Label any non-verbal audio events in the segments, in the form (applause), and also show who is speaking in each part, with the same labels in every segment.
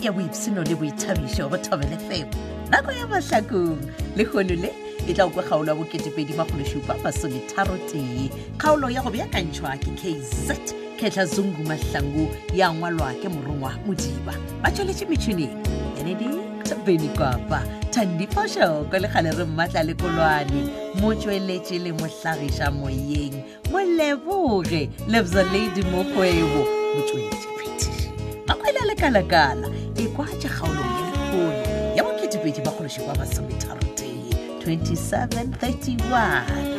Speaker 1: ya boipshino le boithabišo go thobele femo nako ya mahlakong le kgono le e tla okwe kgaolo ya bo2edimagolosupa masometharotee kgaolo ya go beakantšhwa ke kz kgetlha zungu mahlangu ya ngwalwa ke morongwa modiba ba tsweletše metšhineng benedict benikwapa thandiphošoko le kgale re mmatla le kolwane motsweletše le mohlagiša moyeng moleboge lebza ladi mokgwebo motsweletše petiši makwele a lekalakala e kwa tša kgaolong ya lekgolo ya boketepedi bagološi kwa masometharotee 2731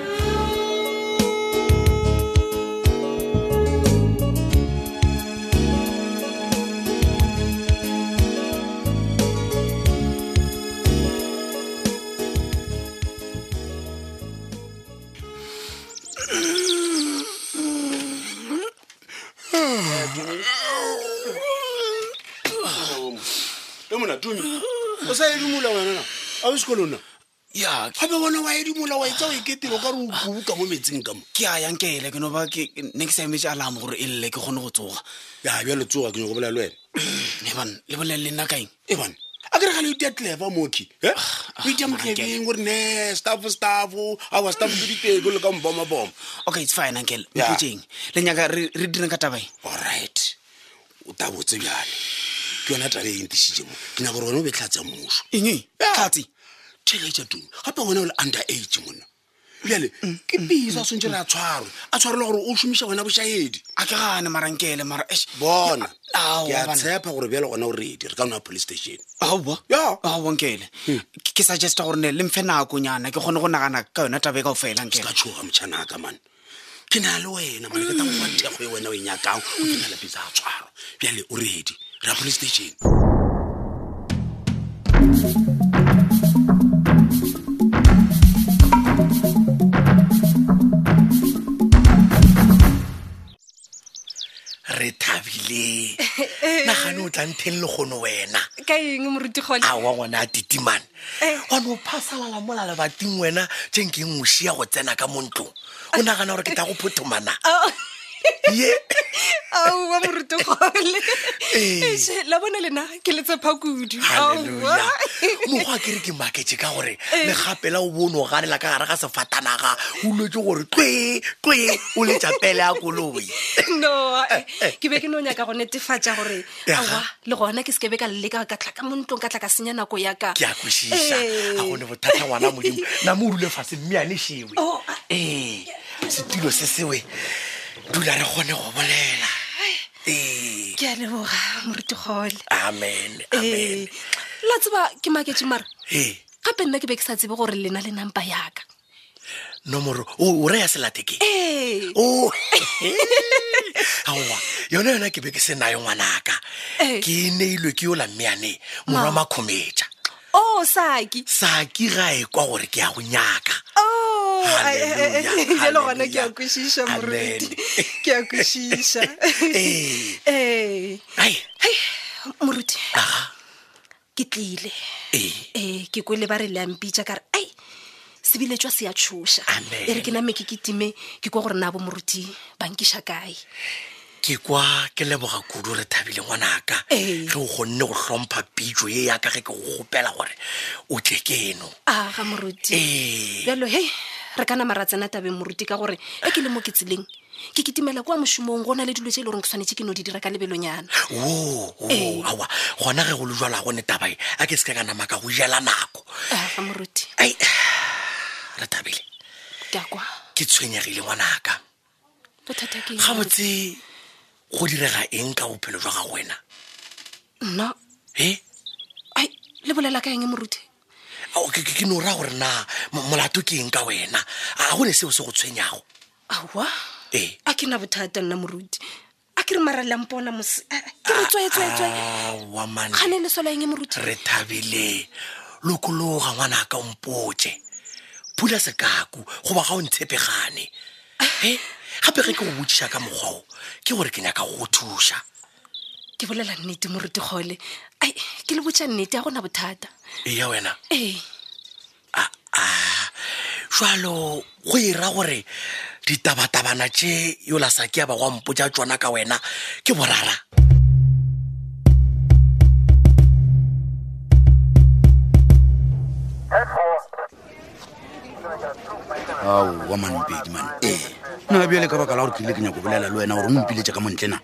Speaker 2: e mona tumi o sa edimola ngwanana a o sekolong na
Speaker 3: ya
Speaker 2: gape bona wa edimola wa etsa o eketelo ka re o kubuka mo metseng ka mo
Speaker 3: ke a yang ke ele ke no ba ke ne ke sa emetse alarm gore e lele ke kgone go tsoga
Speaker 2: ya bjalo tsoga ke nyako bola le wena
Speaker 3: e bana le bolele le nna kaeng
Speaker 2: e bone a kere ga le itea tleba mooki e o itea motlebeng gore ne staff staff aa staff ke diteng o le ka mbomaboma
Speaker 3: okay it's fine ankele
Speaker 2: Ya.
Speaker 3: mpotseng le nyaka re re direng ka e. tabae
Speaker 2: allright o tabotse bjale ke yona tabe e ntlišitše mo ke nyaka gore wena o be tlhatsa moso
Speaker 3: eng e?
Speaker 2: Ya.
Speaker 3: tlhatse
Speaker 2: theletša tumi gape wena o le under age monna bjale ke bisa o swantse re a tshwarwe a tshwarelwa gore o šomiša wena bošaedi
Speaker 3: a ke gane marankele mara eish.
Speaker 2: bona
Speaker 3: Ao,
Speaker 2: ke a
Speaker 3: bana.
Speaker 2: tshepa gore bjale gona o redi re ka nna police station
Speaker 3: aowa
Speaker 2: Ya. Hmm.
Speaker 3: aowa nkele Ke- ke suggesta gore ne le mfe nakonyana ke kgone go nagana ka yona tabae ka o fela
Speaker 2: se ka
Speaker 3: nkele
Speaker 2: tshoga motšhanaka mane ke na le wena mane ke ta gofa thekgo e wena o e nyakang o kena lapetsa a tshwarwa bjale o redi ra police station
Speaker 4: re thabile nagane o tlantheng le kgono wena
Speaker 5: ka eng moruti kgole
Speaker 4: a Ah, wa ngwana a titimane
Speaker 5: Eh.
Speaker 4: gone o phasalala mola lebating wena tše nke eng ošia go tsena ka mo ntlong o nagana gore ke ta go phothomana
Speaker 5: Ao.
Speaker 4: ye
Speaker 5: aowa moruti kgole
Speaker 4: Eh.
Speaker 5: Eish, la bona lena ke letsepa kudu
Speaker 4: halleluja
Speaker 5: Aowa.
Speaker 4: mokgwa a kere ke maketse ka gore le gapela o bone o ganela ka gare ga sefatanaga o lwetse gore tloe tloe o letša pele ya koloi
Speaker 5: no eh, ke be ke no nyaka go netefatša gore
Speaker 4: Aha.
Speaker 5: aowa le gona ke se ke be ka leleka ka tla ka mo ntlong ka tla ka senya nako yaka
Speaker 4: ke a kwešiša
Speaker 5: Eh.
Speaker 4: ga gone bothata ngwana modimo namo o dule fase mmeane shewe
Speaker 5: Oh, a-
Speaker 4: ee setulo se sewe dula re kgone go bolela ee
Speaker 5: ke a leboga moruti kgole
Speaker 4: amen amen
Speaker 5: ee la tseba ke maketse mara
Speaker 4: ee
Speaker 5: gape nna ke be ke sa tsebe gore lena le nampa yaka
Speaker 4: nomoro o o reya selateke
Speaker 5: ee
Speaker 4: o Oh, (laughs) aowa yona yona ke be ke se nayo ngwanaka
Speaker 5: Eh.
Speaker 4: ke neilwe ke yola mmeane morwa makgometša
Speaker 5: o saki
Speaker 4: sa ke ga e kwa gore ke ya go nyaka
Speaker 5: Oh, ai, ai, ai,
Speaker 4: Hallelujah,
Speaker 5: jalo gona ke
Speaker 4: hallelujah.
Speaker 5: a kwešiša moruti
Speaker 4: Amen.
Speaker 5: ke a kwešiša
Speaker 4: ee
Speaker 5: ee
Speaker 4: ai
Speaker 5: hei moruti
Speaker 4: aga
Speaker 5: ke tlile
Speaker 4: ee
Speaker 5: ee ke kwele ba re leampitša ka re ai sebiletswa se a tšhoša
Speaker 4: Amen.
Speaker 5: e re ke name ke ketime ke kwa gore na bo moruti bankiša kae
Speaker 4: ke kwa ke leboga kudu re thabile ngwanaka
Speaker 5: Ee.
Speaker 4: re o kgonne go hlompha pitso ye yaka ge ke go gopela gore o tle keno
Speaker 5: aga moruti
Speaker 4: ee
Speaker 5: bjalo hei re ka nama ra tsena tabeng moruti ka gore e ke le mo ke tseleng ke ketimela kwa mošomong go na le dilo tse e le goreng ke tshwanetse ke no di dira ka lebelonyana
Speaker 4: oo
Speaker 5: Ee.
Speaker 4: awa gona ge go le jwala gone tabae a ke se ka ka nama ka go jela nako
Speaker 5: aga moruti
Speaker 4: ai re thabile
Speaker 5: ke a kwa
Speaker 4: ke tshwenyegile ngwanaka
Speaker 5: bothata ke eng, moruti?
Speaker 4: gabotse go direga eng ka bophelo jwa gago wena
Speaker 5: nna
Speaker 4: e
Speaker 5: ai le bolela ka eng moruti
Speaker 4: ao, ke- ke ke no raya gore na mo- molato ke eng ka wena a gone seo se go tshwenyago
Speaker 5: aowa
Speaker 4: ee
Speaker 5: a ke na bothata nna moruti a ke re maralampona mose a- a- ke re tswetswetswe
Speaker 4: awa mane
Speaker 5: gane lesola eng moruti
Speaker 4: re thabile lokologa ngwanaka o mpotse phula sekaku goba ga o ntshepegane e gape ge ke go botsiša ka mokgwao ke gore ke nyaka go go thuša
Speaker 5: ke bolela nnete moruti kgole ai ke le botsa nnete a gona bothata
Speaker 4: eya wena
Speaker 5: ee
Speaker 4: aa jalo go ira gore ditabatabana tše yola sa ke ya ba go a mpotsa tsona ka wena ke borara
Speaker 6: ao wa manopedi mane ee na bjale ka baka la gore ke ile ke nyako bolela le wena gore o mpiletša ka montle na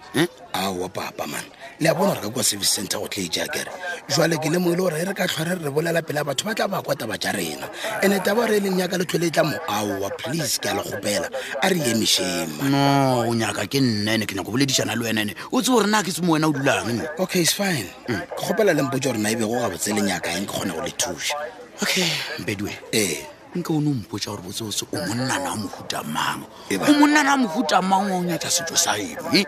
Speaker 4: aowa papa man le a bona gore ka kua service center go tle ejakere jale ke lemoile gore e re ka tlhore re re bolela pela batho ba tla ba kwa taba ja rena ande taba re e leng yaka letlhole e tla mo aowa please ke a le gopela a re emešema
Speaker 6: no o nyaka ke nnene ke nyako boledišana le wenene o tse gore na ke se mo wena o dulang Mm.
Speaker 4: okay is fine ke gopela lempotsa gore na e bego gabotse lenyaka eng ke kgona go le thuša
Speaker 6: okay mpediwe
Speaker 4: ee
Speaker 6: nke o ne o mpotsa gore botse ose o monnana a mohuta mang
Speaker 4: Eba.
Speaker 6: o monnana a mohuta mang wa o nyatsa setso sa eno e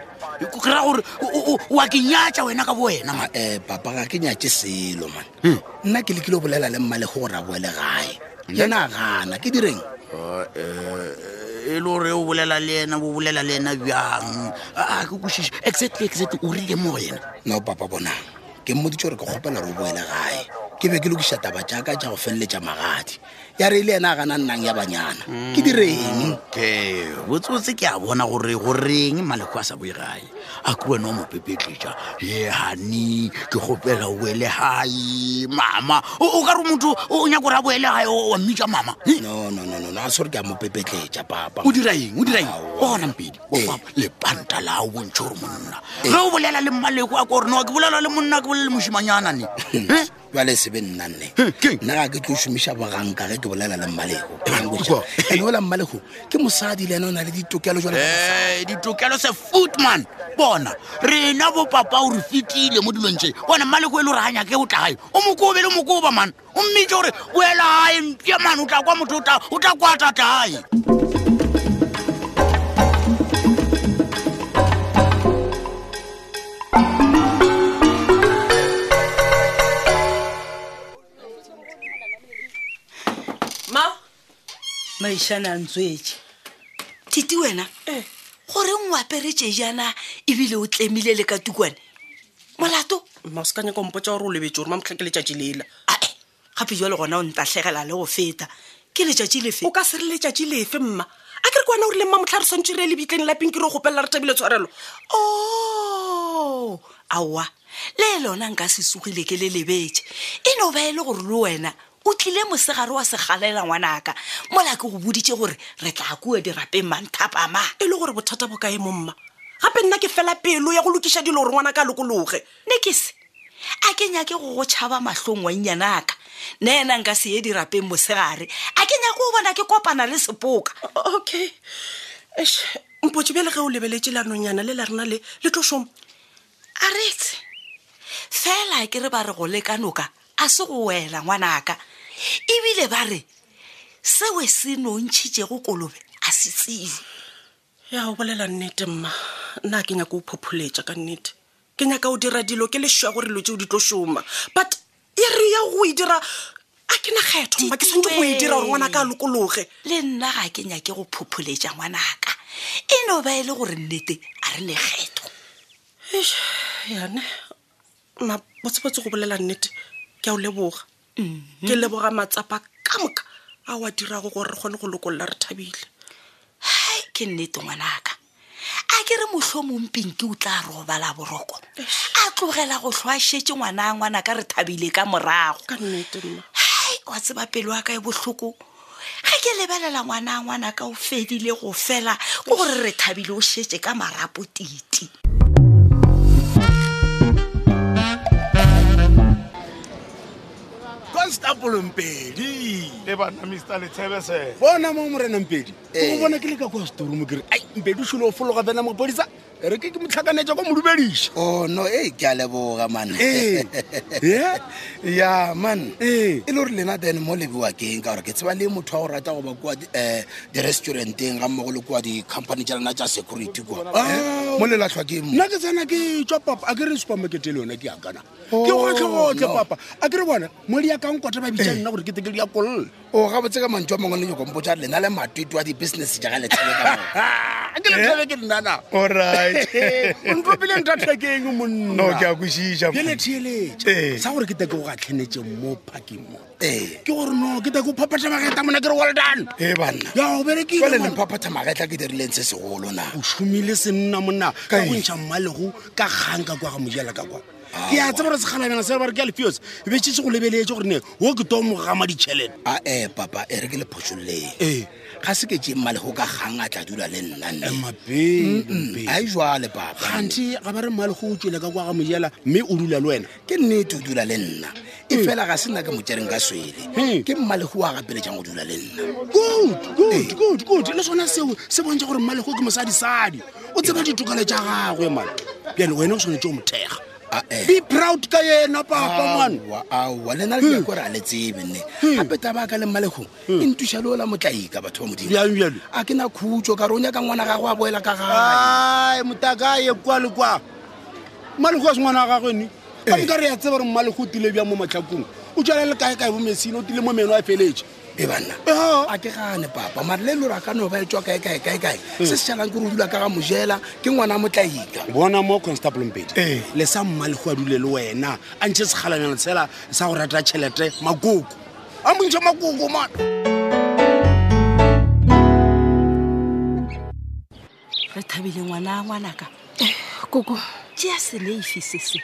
Speaker 6: kry-a gore o- o- o- wa ke nyatsa wena ka bo wena ma-
Speaker 4: um papa ga ke nyatse selo
Speaker 6: Hmm.
Speaker 4: man nna ke lekile go bolela le mmalego gore a boele gae yena a gana ke direng
Speaker 6: Ah, e le gore o bolela le ena bo bolela le ena bjang
Speaker 4: Ah,
Speaker 6: a ke kosiše exactly exactly o rile mo go yena
Speaker 4: no papa bonang ke mmoditse gore ke kgopela gore o boele gae ke be ke lokisa taba jaaka ja go feleletša magadi ya re e le ena a gana nnang ya banyana ke direng
Speaker 6: okay botsotse Mm, ke a bona gore goreng maleko a sa boe gae a ke wena o mo pepetletša ye hane ke gopela o boele gae mama o o ka re motho o nyako re a boele gae o- wa mmitša mama He?
Speaker 4: no no no no no, a se gore ke a mopepetletša papa
Speaker 6: o dira eng o dira eng
Speaker 4: Aowa.
Speaker 6: o gona mpedi o
Speaker 4: Ee.
Speaker 6: fa lepanta la o bontšhe gore monna ge o bolela le mmaleko a ko gore no ke bolela le monna ke bolele mošimanyana ne He?
Speaker 4: jale se be nna nne
Speaker 6: He, keng?
Speaker 4: nna ga ke tlo šomiša boganka ge ke bolela le mmalego
Speaker 6: Eh,
Speaker 4: Ke
Speaker 6: ke kwa.
Speaker 4: botša. ene ola mmalego ke mosadi le ena o na le ditokelo jalo ka basadi.
Speaker 6: Eh, ditokelo se footman bona rena bopapa o re fetile mo dilong tse bona mmaleko e le gore ga nyake o tlagae o mokobe le mokoba man o mmitse gore boela gae mpia man o tla kwa motho o tla- o tla kwa tatae
Speaker 5: ma
Speaker 7: maišane a ntswetse
Speaker 5: tite wena goreng o aperetse jana ebile o tlemile le ka tukwane molato
Speaker 1: mma o se ka nyaka ompotsa gore o lebetse gore mamotlha ke letšatši lela
Speaker 5: ae gape jwa le gona o ntatlhegela le go feta ke letšatši le fe
Speaker 1: o ka se re letšatši lefe mma a ke re kwana gore le mmamotlha re swantse re le bitleng lapeng ke re o gopelela re thabile tshwarelo
Speaker 5: o aowa le lona nka se sogile ke le lebetse e no ba e le gore le wena o tlile mosegare wa segalela ngwanaka mola ke go boditse gore re tla kua dirapeng manthapamang
Speaker 1: e le gore bothata bo kae mo mma gape nna ke fela pelo ya go lokiša dilo gore ngwana ka a lokologe
Speaker 5: nekese a ke nyake go go tšhaba matlhong wannyanaka nna ena nka se ye dirapeng mosegare a ke nyake o bona ke kopana le sepoka
Speaker 1: okay mpotse bjale ge o lebeletse lanonyana le la rena le le tlo šomo
Speaker 5: a retse fela ke re ba re go leka noka a se go wela ngwanaka ebile ba re seo se nontšhitšego kolobe a se tsebe
Speaker 1: ya o bolela nnete mma nna ha ke nyaka o phopholetša ka nnete ke nyaka o dira dilo ke leswa gore dilo tseo di tlo šoma but e re ya go e dira a ke na kgetho mma ke swantse go e dira gore ngwana ka a lokologe
Speaker 5: le nna ga ke nyake go phopholetša ngwanaka e no ba e le gore nnete a re lekgetho
Speaker 1: Eish, yane mma botsebotse go bolela nnete ke a o leboga
Speaker 5: Mhm.
Speaker 1: ke leboga matsapa ka moka a o a dirago gore re kgone go lokolola re thabile
Speaker 5: hai ke nnete ngwanaka a ke re mohlhomompeng ke utla robala boroko a tlogela go tlhoašetse ngwana a ngwanaka re thabile ka morago
Speaker 1: ka nnete mma
Speaker 5: hai wa tseba pelo ya ka e botlhoko ga ke lebelela ngwana a ngwanaka o fedile go fela ko gore re thabile o šetse ka marapo titi
Speaker 8: constablempedi
Speaker 4: le E bana mr letshebesele
Speaker 8: bona mo morenampedi
Speaker 4: E.
Speaker 8: o bona ke le ka kwa setoromo kere ai mpedi o šhile o fologa bena mapodisa re ke ke motlhakanetša kwa modubediša
Speaker 4: o no ee ke a leboga man (laughs)
Speaker 8: ee Ye?
Speaker 4: ya man
Speaker 8: Ee.
Speaker 4: e le gore lena then mo lebewa keng ka gore ke tseba le motho a go rata go ba kua um di-restauranteng ga mmogo le kua di-company tja lena tja security kua Eh, mo lelatlhwa ke mo
Speaker 8: nna ke tsena ke tswa papa a ke re supermarket e le yona ke akana ke gotlhegotlhe
Speaker 4: Oh, no. Eh.
Speaker 8: papa a ke re bona mo diakankota ba bitša nna gore ke teke diakololle
Speaker 4: o ga botse ka mantswe a mangwe le nyoko mpotsa lena le matwitwa di-business jaaka letshele ka moka.
Speaker 8: a ke
Speaker 4: Eh?
Speaker 8: lethabe ke nnana (laughs) ontopile ntathakeng ya monna bjele
Speaker 4: Eh.
Speaker 8: theeletse sa gore ke teke go gatlhenetseng mo parking mo
Speaker 4: ee
Speaker 8: ke gore no ke teke o phaphatha bageta mona ke re waldan
Speaker 4: e banna
Speaker 8: ya o
Speaker 4: jale
Speaker 8: berekile
Speaker 4: lephaphatha magetla ke dirileng se segolo na
Speaker 8: o šomile se nna monna ka go ntšha mmalego ka kgang ka kwa ga mojela ka kwa
Speaker 4: Ah.
Speaker 8: ke a tseba gore sekgalanyana se re ba re ke a lefios be tšhese go lebeletse gore ne wo ke to mogama ditšhelete
Speaker 4: ae papa e re ke le phošolleng ga se ke tse mmalego ka gang a tla dula le nna nne
Speaker 8: mapeng
Speaker 4: a e jale papa
Speaker 8: gante ga ba re mmalego o tswele ka kwa ga mojela mme o dula le wena
Speaker 4: ke nnete o dula le nna e fela ga se nna ke motsereng ka swele
Speaker 8: Mm.
Speaker 4: ke mmalego a gapelejang go dula le nna
Speaker 8: good good good good le sona seo se bontsha gore mmalego ke mosadisadi o tseba ditokelo tša gagwe man bjale wena o tshwanetse o mothega
Speaker 4: Ae.
Speaker 8: be proud ka yena papa man
Speaker 4: aowa aowa lena le jakore a le tsebe nne gape taba ka le mmalego e ntuša le o la motlaika batho ba modimo
Speaker 8: Bjang bjale?
Speaker 4: a ke na khutso ka re o nyaka ngwana gago a boela ka
Speaker 8: Ah.
Speaker 4: gae
Speaker 8: ai motakaye kwa le kwa Eh. mmalego a se ngwana wa gagwe ne ka nka re ya tseba gore mmalego o tile bjang mo matlhakong o tswala le kae kae bo mesine o tile mo meno a feletse
Speaker 4: e banna
Speaker 8: Ah.
Speaker 4: a ke gane papa mare le lore a ka no ba e etswa kaekaekaekae se se šalang ke re o dula ka ga mojela ke ngwana a motlaika
Speaker 8: bona mo constablempedi
Speaker 4: Ee.
Speaker 8: le sa mmalego a dule le wena a ntšhe sekgalanyana tsela sa go rata tšhelete makoko a montšha makoko man
Speaker 9: re thabile ngwana a ngwanaka
Speaker 5: koko
Speaker 9: tea seneifi se se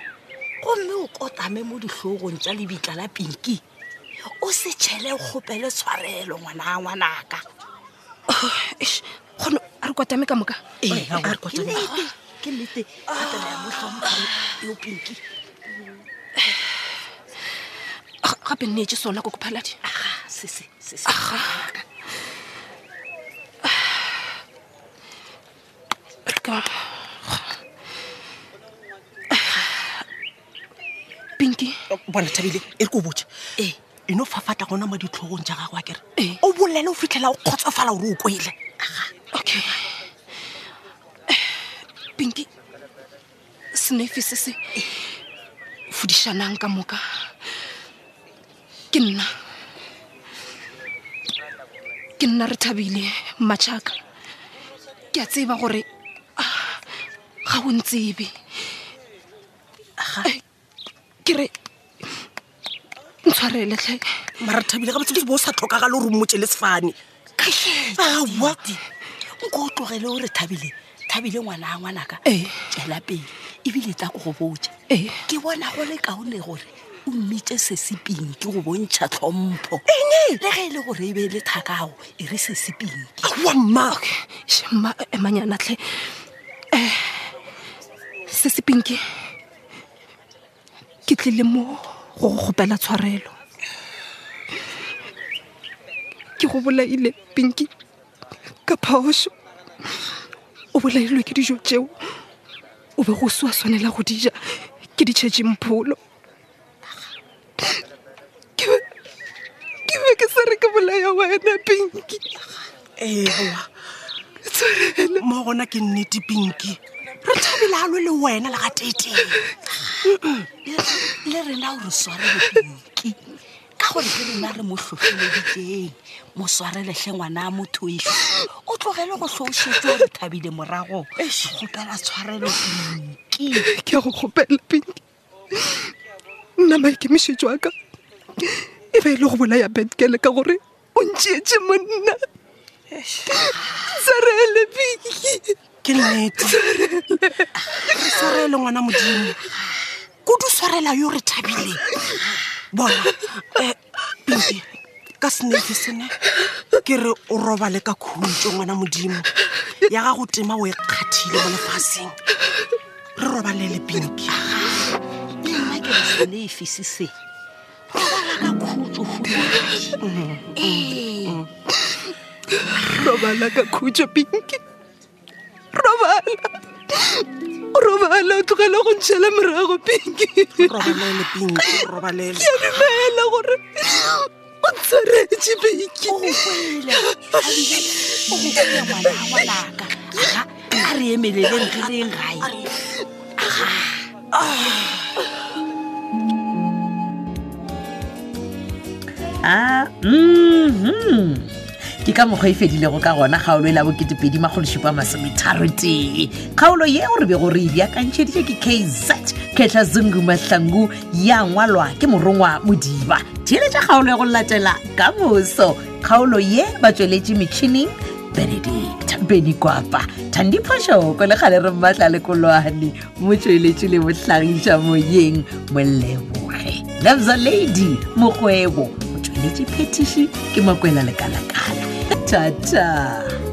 Speaker 9: gomme o kotame mo ditlhogong tša lebitla la pinki o se tšhele o kgopele tshwarelo ngwana a ngwanaka
Speaker 5: Oh, Eish, kgono a re kwatame ka moka
Speaker 9: Ee,
Speaker 5: a re kwatame
Speaker 9: ke nnete gatela ya motlhompho yo pinki
Speaker 5: Ga- Ah, gape nneetse sona koko phaladi
Speaker 9: aga sese sese
Speaker 5: Ah. Ka- pinky
Speaker 10: bona thabile e re ko botse
Speaker 9: ee
Speaker 10: eno fafata gona mo ditlhogong ja gago a kere
Speaker 5: Ee.
Speaker 10: o bolele o fitlhela o kgotsofala ore o kwele
Speaker 5: okay pinky senefi se se fodišanang ka moka ke nna ke nna re thabile matšhaka ke a tseba gore ah, ga o ntsebe Eh, ke re ntshwareletlhe
Speaker 10: mara thabile ga botsetse bo o sa tlhokagale ore o mmotse le sefane
Speaker 9: awa nko o tlogele o re thabile thabile ngwana a ngwanaka
Speaker 5: Ee.
Speaker 9: tswela pele ebile e tla ko go botja
Speaker 5: Ee.
Speaker 9: ke bona go le kaone gore o mmitse seseping ke go bontšha tlhompho le ge e le gore e be e le thakago e re seseping
Speaker 10: wa mma
Speaker 5: euh, manyanatlhe um se se pinke ke tlile mo go go gopela tshwarelo ke go bolaile pinki ka phaoso o bolailwe ke dijo tseo o be go swa swanela go dija ke ditšhetše mpholo ke be ke be ke sa re ke bolaya wena pinki
Speaker 10: ewa
Speaker 5: tshwarelo
Speaker 10: mo gona ke nnete pinki re thabile a lwe le wena le ga teteng
Speaker 9: le rena o re swareleki ka gore ke rena re mo tlhotlheleditseng mo swareletlhe ngwana a motho eso o tlogele go tlhousetse o re thabile morago gopela tshwarelo pinki
Speaker 5: ke a go kgopela pink nna maikemišetšo a ka e be e le go bolaya betkele ka gore o ntšeetse monna sarele pink
Speaker 10: ke nnete re swarele ngwana modimo kudu swarela yo re thabileng bona um pinki ka senefe sene ke re o robale ka khutso ngwana modimo ya gago tema o e kgathile mo lefatsheng re robalele pinki
Speaker 9: le nna ke re sone e fisise robala ka khutso gomoake ee
Speaker 5: robala ka khutso pink robala O robala o tlogela go ntšhela morago pink
Speaker 10: robalele pinki robalele
Speaker 5: ke a dumela gore o tshwaretse
Speaker 9: o
Speaker 5: pink
Speaker 9: goele o goele ngwana ngwanaka aga a re emeleleng re reng gae
Speaker 1: a mhm Ah, ke ka mokgwa e fedilego ka gona kgaolo e la bokete2edi magolosupa masometharotee kgaolo ye o re be gore e beakantšheditše ke kz kgetlha zungu mahlangu ya ngwalwa ke morongwa modiba theeletša kgaolo ya go latela ka moso kgaolo ye ba tsweletše metšhining benedict beny kwapa thandipho shoko le gale re mmatla le kolwane motsweletši le motlhagiša moyeng moleboge lebza lady (laughs) mokgwebo motsweletši phetiši ke makwela lekalakala thata